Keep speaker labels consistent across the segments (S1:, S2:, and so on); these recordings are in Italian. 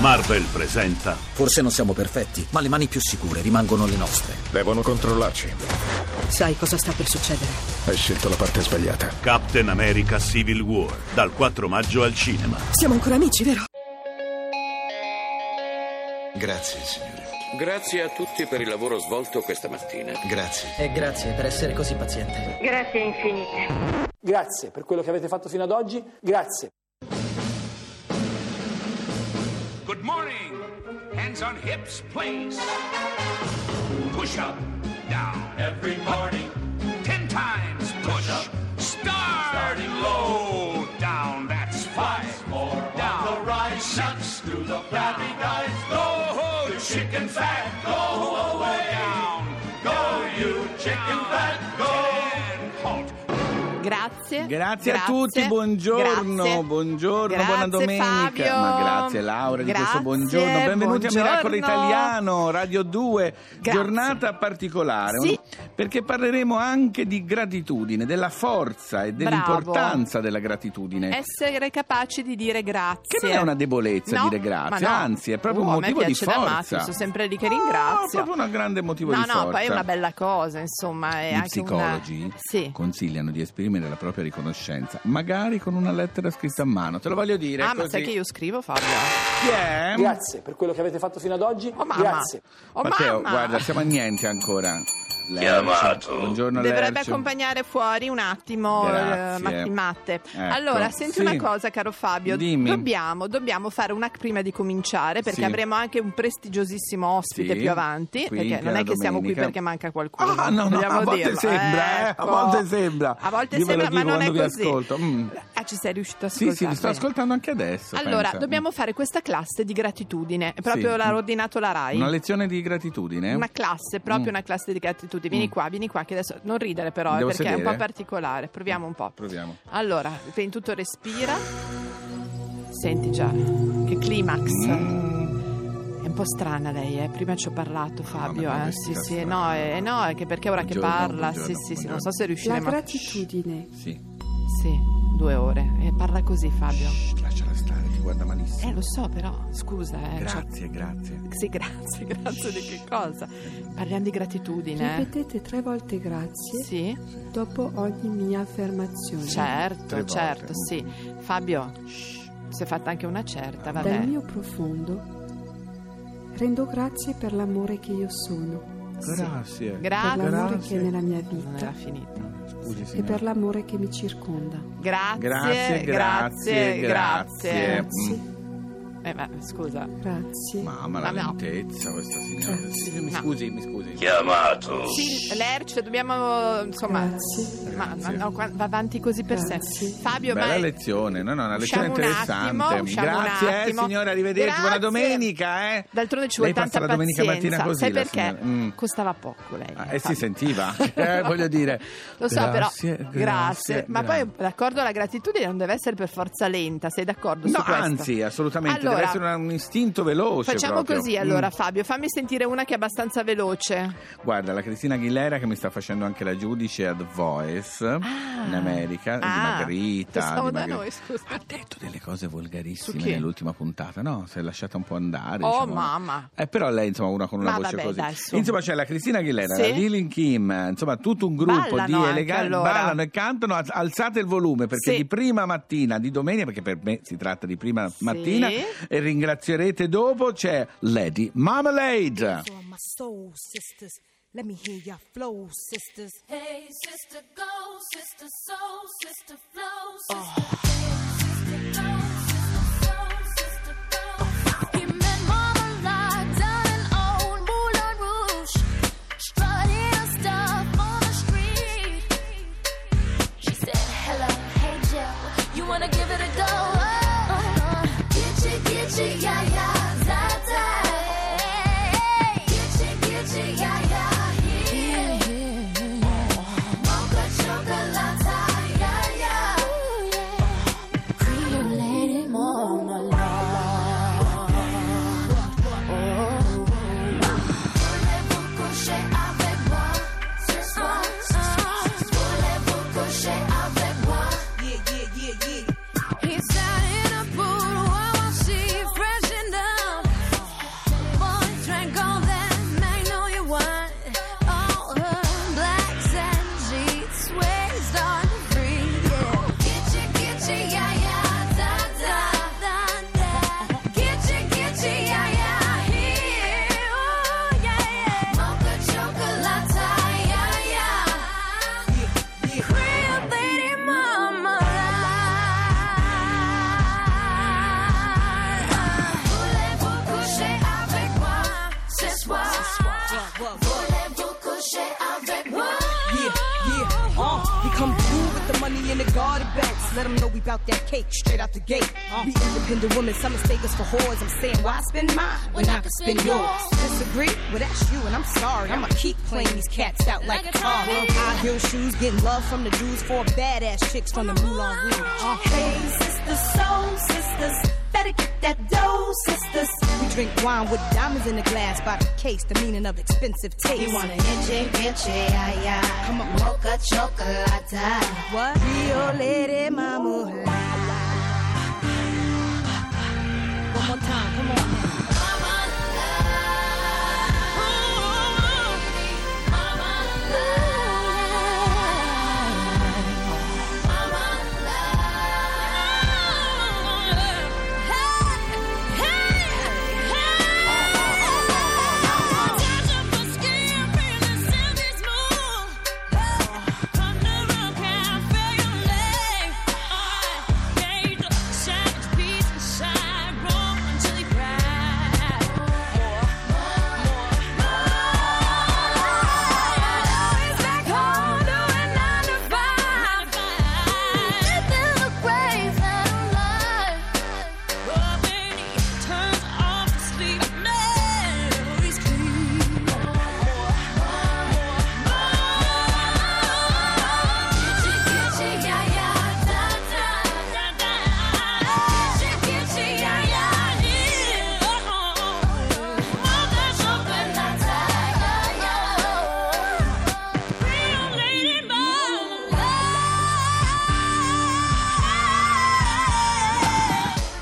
S1: Marvel presenta
S2: Forse non siamo perfetti, ma le mani più sicure rimangono le nostre.
S3: Devono controllarci.
S4: Sai cosa sta per succedere?
S3: Hai scelto la parte sbagliata.
S1: Captain America Civil War dal 4 maggio al cinema.
S4: Siamo ancora amici, vero?
S5: Grazie, signore.
S6: Grazie a tutti per il lavoro svolto questa mattina.
S5: Grazie.
S7: E grazie per essere così paziente.
S8: Grazie infinite.
S9: Grazie per quello che avete fatto fino ad oggi, grazie.
S10: Good morning. Hands on hips, please. Push up, down. Every morning. Ten times. Push, up. Starting low. Down. That's five. more. Down. the rise. Nuts through the flabby guys. Go ho, chicken fat. Go away. Down. Go you chicken fat. Go. Halt.
S11: Grazie.
S12: Grazie, a tutti, buongiorno,
S11: Grazie.
S12: buongiorno, buona
S11: Grazie,
S12: domenica.
S11: Fabio.
S12: Ma grazie Laura di questo
S11: Grazie,
S12: buongiorno. Benvenuti
S11: buongiorno.
S12: a Miracolo Italiano, Radio 2,
S11: Grazie.
S12: giornata particolare.
S11: Sì.
S12: Perché parleremo anche di gratitudine, della forza e
S11: Bravo.
S12: dell'importanza della gratitudine.
S11: Essere capaci di dire grazie.
S12: Che non è una debolezza
S11: No,
S12: dire grazie,
S11: ma no.
S12: anzi è proprio
S11: Uh,
S12: un
S11: a me
S12: motivo di
S11: piace da
S12: forza.
S11: matti, sono sempre lì che
S12: No,
S11: ringrazio.
S12: proprio un grande motivo
S11: no,
S12: di forza.
S11: no, poi è una bella cosa, insomma. È
S12: Gli
S11: anche
S12: psicologi
S11: Una... Sì.
S12: consigliano di esprimere la propria riconoscenza, magari con una lettera scritta a mano. Te lo voglio dire.
S11: Ah, ma
S12: così.
S11: sai che io scrivo, Fabio?
S12: Chi è?
S9: Grazie per quello che avete fatto fino ad oggi,
S11: Oh, mamma.
S9: grazie.
S11: Oh,
S12: Matteo,
S11: mamma.
S12: guarda, siamo a niente ancora. Lercio.
S6: Chiamato.
S12: Buongiorno,
S11: Dovrebbe
S12: Lercio.
S11: accompagnare fuori un attimo
S12: Grazie.
S11: eh, Matti Matte.
S12: Ecco.
S11: Allora, senti
S12: Sì.
S11: una cosa, caro Fabio.
S12: Dimmi.
S11: Dobbiamo, dobbiamo fare una prima di cominciare, perché
S12: Sì.
S11: avremo anche un prestigiosissimo ospite
S12: Sì.
S11: più avanti.
S12: Qui,
S11: perché
S12: che
S11: non
S12: è
S11: è
S12: la
S11: che siamo qui
S12: domenica.
S11: perché manca qualcuno.
S12: Ah, no, no,
S11: vogliamo
S12: a volte
S11: dirlo.
S12: sembra, eh, a
S11: Ecco.
S12: volte sembra.
S11: A volte
S12: Io ve lo
S11: sembra, ma
S12: dico
S11: non è
S12: quando vi
S11: così.
S12: ascolto. Mm.
S11: Ah, ci sei riuscito a
S12: Sì,
S11: ascoltare?
S12: sì, li sto
S11: bene.
S12: ascoltando anche adesso.
S11: Allora,
S12: pensa.
S11: dobbiamo fare questa classe di gratitudine. È Proprio
S12: Sì.
S11: l'ha ordinato la RAI.
S12: Una lezione di gratitudine.
S11: Una classe, proprio
S12: Mm.
S11: una classe di gratitudine. Vieni
S12: Mm.
S11: qua, vieni qua, che adesso non ridere però, eh,
S12: Devo
S11: perché è un
S12: sedere?
S11: po' particolare. Proviamo un po'.
S12: Proviamo.
S11: Allora, prima di tutto respira. Senti già, che climax.
S12: Mm.
S11: È un po' strana lei, eh? prima ci ho parlato Fabio,
S12: ma è
S11: eh? sì
S12: vestita
S11: sì,
S12: strana.
S11: no, eh, no, è che perché ora che
S12: Buongiorno,
S11: parla, sì sì
S12: buongiorno,
S11: sì,
S12: buongiorno.
S11: non so se riusciremo a...
S4: gratitudine.
S12: Sì.
S11: Sì, due ore, e parla così Fabio.
S12: Shh, lasciala stare, ti guarda malissimo.
S11: Eh lo so però, scusa eh. cioè-
S12: grazie, grazie.
S11: Sì, grazie, grazie di che cosa? Parliamo di gratitudine. eh?
S13: Ripetete tre volte grazie
S11: Sì,
S13: dopo ogni mia affermazione.
S11: certo,
S12: Tre
S11: certo,
S12: volte.
S11: sì. Fabio, shh, si è fatta anche una certa,
S13: Dal
S11: vabbè.
S13: mio profondo rendo grazie per l'amore che io sono,
S11: Grazie.
S12: Grazie.
S13: per l'amore
S12: Grazie.
S13: che è nella mia vita
S11: Non era finita.
S12: Scusi,
S13: e
S12: signora.
S13: per l'amore che mi circonda.
S11: Grazie,
S12: Grazie, grazie, grazie.
S13: Grazie,
S11: Eh, ma scusa.
S13: grazie.
S12: Mamma,
S11: Ma
S12: Ah, la
S11: no. Cioè,
S12: lentezza questa signora.
S13: Sì,
S12: mi
S11: no.
S12: scusi, mi scusi.
S6: Chiamato.
S11: Sì, Lercio, dobbiamo insomma.
S13: Grazie.
S11: Ma, ma
S12: Grazie.
S11: no, qua- va avanti così per sé.
S13: Grazie.
S11: Fabio,
S12: Bella
S11: ma
S12: lezione, no, no, una lezione
S11: Usciamo un
S12: interessante.
S11: attimo, usciamo un
S12: Grazie, eh,
S11: attimo.
S12: signora, arrivederci.
S11: Grazie.
S12: Buona domenica, eh.
S11: d'altronde ci vuole
S12: Lei passa
S11: tanta
S12: la domenica
S11: pazienza.
S12: mattina così.
S11: Sai
S12: la
S11: perché?
S12: signora. Mm.
S11: Costava poco lei.
S12: Ah, eh, si
S11: Fabio.
S12: sentiva, eh, voglio dire.
S11: Lo so,
S12: Grazie,
S11: però. Grazie.
S12: grazie,
S11: Ma
S12: grazie.
S11: poi d'accordo la gratitudine non deve essere per forza lenta, sei d'accordo
S12: No,
S11: su questo?
S12: anzi, assolutamente,
S11: Allora,
S12: deve essere una- un istinto veloce.
S11: Facciamo
S12: proprio.
S11: così
S12: Mm.
S11: allora, Fabio, fammi sentire una che è abbastanza veloce.
S12: Guarda, la Cristina Aguilera che mi sta facendo anche la giudice ad Voice
S10: Ah.
S12: in America, di
S11: Ah,
S12: Margherita.
S11: pensavo
S12: di
S11: da
S12: Margherita.
S11: noi, scusa.
S12: Ha detto delle cose
S11: Su
S12: volgarissime
S11: chi?
S12: nell'ultima puntata, no? Si è lasciata un po' andare.
S11: Oh
S12: diciamo.
S11: mamma.
S12: Eh, però lei, insomma, una con una
S11: Ma
S12: voce
S11: vabbè,
S12: così.
S11: dai, su.
S12: insomma, c'è la Cristina Aguilera,
S11: Sì.
S12: la Lilin Kim, eh, insomma, tutto un gruppo
S11: Ballano
S12: di
S11: anche,
S12: eleganti
S11: allora.
S12: ballano e cantano. alz- Alzate il volume perché
S11: Sì.
S12: di prima mattina, di domenica, perché per me si tratta di prima
S11: Sì.
S12: mattina, e ringrazierete dopo. C'è Lady Marmalade.
S4: For my soul sisters, let me hear your flow sisters.
S8: Hey sister go, sister soul, sister flow,
S4: Ah.
S8: Uh-huh. Yeah, yeah, that, that. Hey, get you, get you, yeah, yeah, here. Mocha chocolate, yeah, yeah. Creole lady, mama, love. Voulez-vous coucher avec moi ce soir? Voulez-vous coucher avec moi? He's out in a boot while she freshened up. uh, banks. Let them know we bout that cake straight out the gate. Be independent women, some mistake us for whores. I'm saying, why spend mine when I can spend yours? Disagree? Well, that's you, and I'm sorry. I'ma keep playing these cats out like a car. High heel shoes, getting love from the dudes, four badass chicks from the Moulin Rouge. Uh. Hey, sisters, soul sisters. Better get that dough, sisters. We drink wine with diamonds in the glass by the case, the meaning of expensive taste.
S14: You want an inche, inche, ay, ay.
S8: Come on.
S14: Mocha chocolata.
S8: What? Rio Lady Mama. One more time, come on.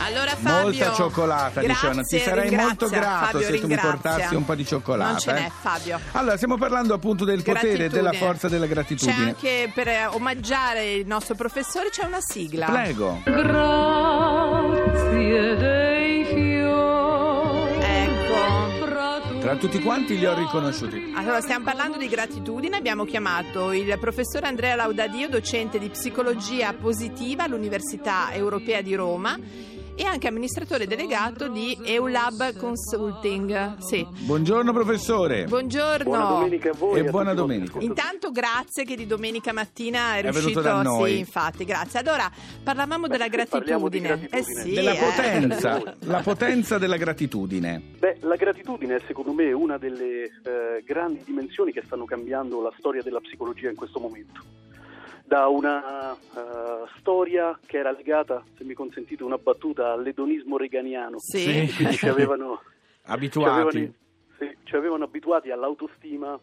S10: Allora Fabio
S12: Molta cioccolata,
S10: grazie,
S12: dicevano. Ti sarei
S10: ringrazia,
S12: molto grato
S10: Fabio,
S12: se tu mi
S10: ringrazia.
S12: portassi un po' di cioccolata.
S10: Non ce n'è
S12: eh.
S10: Fabio
S12: Allora, stiamo parlando appunto del potere e
S10: Gratitudine.
S12: della forza della
S10: C'è
S12: gratitudine.
S10: anche per eh, omaggiare il nostro professore c'è una sigla
S12: Prego.
S11: Grazie dei fiori.
S10: Ecco
S12: Tra tutti quanti li ho riconosciuti.
S10: Allora, stiamo parlando di gratitudine. Abbiamo chiamato il professore Andrea Laudadio, docente di psicologia positiva all'Università Europea di Roma e anche amministratore delegato di EULAB Consulting. Sì.
S12: Buongiorno professore.
S10: Buongiorno.
S12: a voi. E buona domenica.
S10: Intanto grazie che di domenica mattina è,
S12: È venuto
S10: riuscito
S12: da noi.
S10: Sì, infatti, grazie. Allora, parlavamo della
S6: parliamo di
S10: gratitudine.
S6: gratitudine.
S10: Eh sì,
S12: della
S10: eh.
S12: potenza, la potenza della gratitudine.
S6: Beh, la gratitudine è secondo me una delle eh, grandi dimensioni che stanno cambiando la storia della psicologia in questo momento. Da una eh, storia che era legata, se mi consentite una battuta, all'edonismo reganiano.
S12: Sì.
S6: Quindi ci avevano, ci avevano-
S12: Abituati.
S6: sì, ci avevano abituati all'autostima,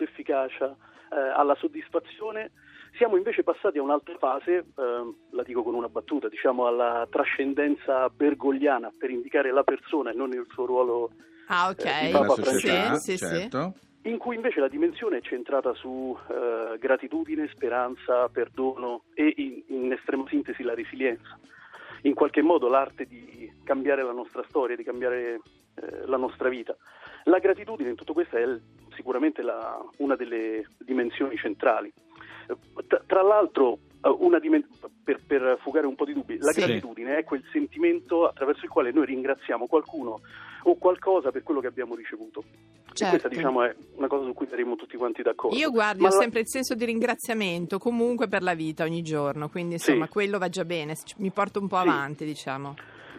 S6: all'autoefficacia, eh, alla soddisfazione. Siamo invece passati a un'altra fase, ehm, la dico con una battuta, diciamo alla trascendenza bergogliana per indicare la persona e non il suo ruolo
S10: Ah, ok.
S6: Eh, di
S12: Della
S6: Papa
S12: società,
S6: Francesco.
S10: Sì, sì, sì.
S12: certo.
S6: in cui invece la dimensione è centrata su eh, gratitudine, speranza, perdono e in, in estrema sintesi la resilienza. In qualche modo l'arte di cambiare la nostra storia, di cambiare eh, la nostra vita. La gratitudine in tutto questo è il- sicuramente la- una delle dimensioni centrali. Eh, Tra, tra l'altro, eh, una dimen- per, per fugare un po' di dubbi, la
S12: Sì.
S6: gratitudine è quel sentimento attraverso il quale noi ringraziamo qualcuno o qualcosa per quello che abbiamo ricevuto. E
S10: Certo.
S6: questa diciamo è una cosa su cui saremo tutti quanti d'accordo.
S10: Io guardi,
S6: Ma
S10: ho
S6: la-
S10: sempre il senso di ringraziamento comunque per la vita ogni giorno, quindi insomma
S6: Sì.
S10: quello va già bene, c- mi porta un po'
S6: Sì.
S10: avanti diciamo.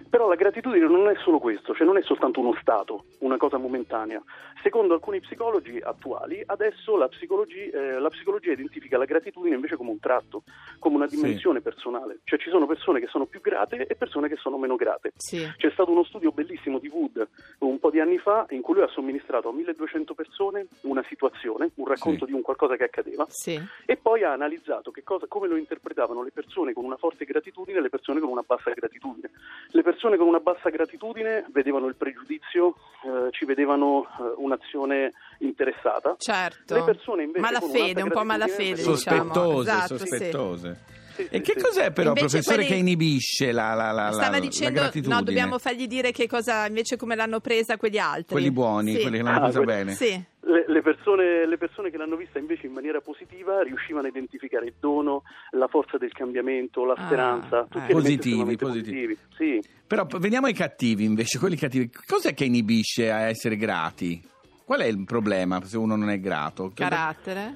S6: Però la gratitudine non è solo questo, cioè non è soltanto uno stato, una cosa momentanea. Secondo alcuni psicologi attuali, adesso la, psicologi- eh, la psicologia identifica la gratitudine invece come un tratto, come una dimensione personale. Cioè ci sono persone che sono più grate e persone che sono meno grate.
S10: Sì.
S6: C'è stato uno studio bellissimo di Wood un po' di anni fa in cui lui ha somministrato a 1200 persone una situazione, un racconto di un qualcosa che accadeva
S10: Sì.
S6: e poi ha analizzato che cosa- come lo interpretavano le persone con una forte gratitudine e le persone con una bassa gratitudine. Le persone con una bassa gratitudine vedevano il pregiudizio, eh, ci vedevano eh, un'azione interessata.
S10: Certo.
S6: Le persone invece con un'alta
S10: malafede, un po'
S6: gratitudine
S10: malafede
S6: vedono-
S10: diciamo.
S12: Sospettose,
S10: Esatto, sì.
S12: sospettose.
S6: Sì,
S12: E
S6: sì,
S12: che
S6: sì.
S12: cos'è però,
S10: Invece
S12: professore,
S10: quelli-
S12: che inibisce la, la, la, la,
S10: Stava
S12: la
S10: dicendo,
S12: gratitudine?
S10: no, dobbiamo fargli dire che cosa invece come l'hanno presa quegli altri.
S12: Quelli buoni,
S10: Sì.
S12: quelli che l'hanno
S6: Ah,
S12: presa
S6: quelli-
S12: bene.
S10: Sì.
S6: Le, le persone, le persone che l'hanno vista invece in maniera positiva riuscivano a identificare il dono, la forza del cambiamento, la
S12: Ah,
S6: speranza,
S12: eh.
S6: tutti elementi
S12: Positivi,
S6: estremamente
S12: positivi.
S6: positivi. Sì.
S12: Però p- veniamo ai cattivi invece, quelli cattivi. Cos'è che inibisce a essere grati? Qual è il problema se uno non è grato? Che-
S11: Carattere.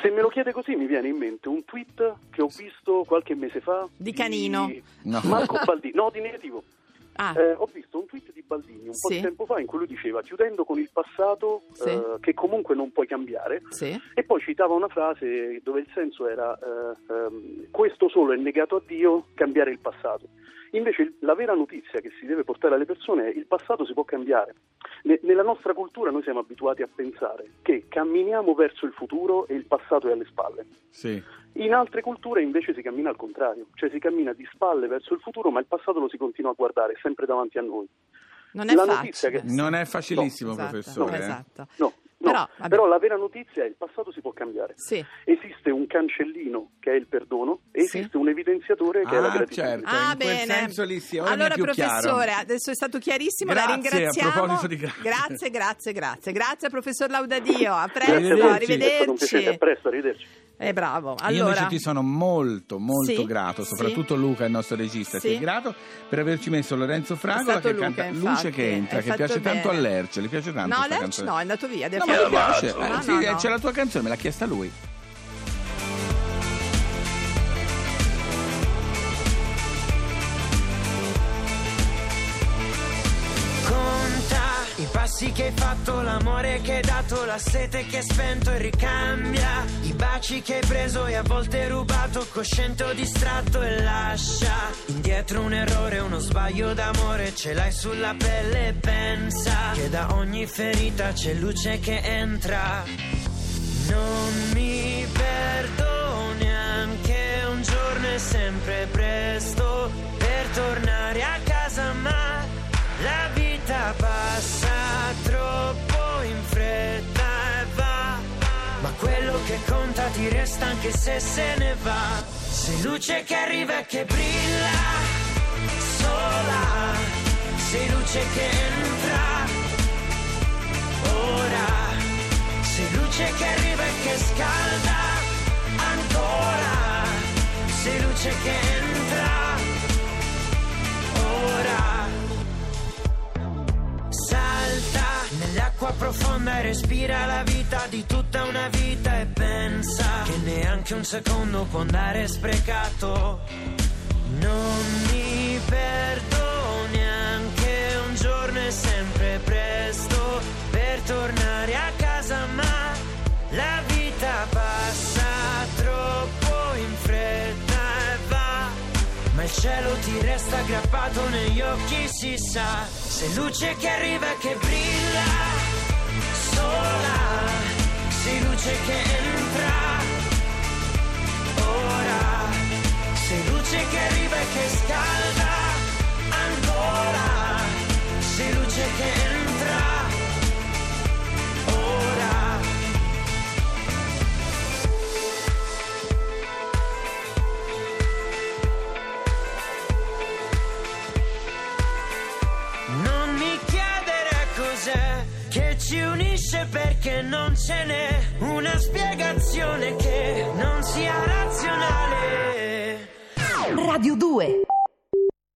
S6: Se me lo chiede così mi viene in mente un tweet che ho visto qualche mese fa
S11: Di Canino.
S12: No.
S6: Marco Baldini, no di negativo.
S11: Ah.
S6: Eh, ho visto un tweet di Baldini un po'
S11: Sì.
S6: di tempo fa in cui lui diceva chiudendo con il passato
S11: Sì.
S6: eh, che comunque non puoi cambiare
S11: Sì.
S6: e poi citava una frase dove il senso era eh, ehm, questo solo è negato a Dio cambiare il passato. Invece il- la vera notizia che si deve portare alle persone è il passato si può cambiare. Ne- nella nostra cultura noi siamo abituati a pensare che camminiamo verso il futuro e il passato è alle spalle.
S12: Sì.
S6: In altre culture invece si cammina al contrario, cioè si cammina di spalle verso il futuro, ma il passato lo si continua a guardare è sempre davanti a noi.
S11: Non è
S6: La notizia
S11: facile.
S6: che-
S12: Non è facilissimo,
S11: Esatto,
S12: professore. eh.
S11: no, esatto.
S6: No, no,
S11: Però,
S6: però,
S11: vabbè.
S6: la vera notizia è il passato si può cambiare.
S11: Sì.
S12: Cioè,
S6: Esiste un cancellino che è il perdono e
S11: Sì.
S6: esiste un evidenziatore che è la
S12: Ah,
S6: gratitudine.
S12: certo.
S11: Ah,
S12: in quel
S11: bene.
S12: senso lì sì, ora mi è
S11: allora,
S12: più chiaro.
S11: professore, adesso è stato chiarissimo. la
S12: Grazie, a
S11: ringraziamo.
S12: proposito di grazie.
S11: grazie, grazie, grazie. Grazie, professor Laudadio. A
S6: Grazie a
S11: presto,
S6: voi, È stato un piacere, a
S11: eh, arrivederci.
S6: presto, arrivederci.
S11: È bravo.
S12: Io
S11: Allora,
S12: invece ti sono molto molto
S11: Sì,
S12: grato,
S11: sì.
S12: soprattutto Luca, il nostro regista,
S11: Sì.
S12: ti è grato per averci messo Lorenzo Fragola
S11: stato
S12: che
S11: Luca,
S12: canta
S11: infatti,
S12: Luce che entra,
S11: hai
S12: che
S11: fatto
S12: piace tanto a
S11: bene.
S12: Lerch, gli piace tanto
S11: no,
S12: questa
S11: Lerch
S12: canzone.
S11: no, è andato via.
S12: No, ma
S11: Defiant
S12: le piace.
S11: Lerch.
S12: Eh,
S11: Ah, No,
S12: sì,
S11: no,
S12: eh,
S11: no.
S12: c'è la tua canzone, me l'ha chiesta lui.
S10: Conta i passi che hai fatto, l'amore che hai dato, la sete che hai spento e ricambia. I baci che hai preso e a volte rubato, cosciente o distratto e lascia. Indietro un errore, uno sbaglio d'amore, ce l'hai sulla pelle e pensa. Che da ogni ferita c'è luce che entra. Non mi perdoni anche un giorno è sempre presto per tornare a casa, ma la vita passa troppo in fretta e va. Ma quello che conta ti resta anche se se ne va. Sei luce che arriva e che brilla sola, sei luce che entra ora. Sei luce che arriva e che scalda ancora. Sei luce che entra ora. Salta nell'acqua profonda e respira la vita di tutta una vita e pensa che neanche un secondo può andare sprecato. Non mi perdoni anche un giorno è sempre presto per tornare a casa, ma la vita passa troppo in fretta e va. Ma il cielo ti resta aggrappato negli occhi, si sa, se luce che arriva e che brilla sola, sei luce che entra ora. Sei luce che arriva e che scalda ancora. Sei luce che entra ora. Non mi chiedere cos'è che ci unisce perché non ce n'è una spiegazione che non sia razionale.
S15: Radio 2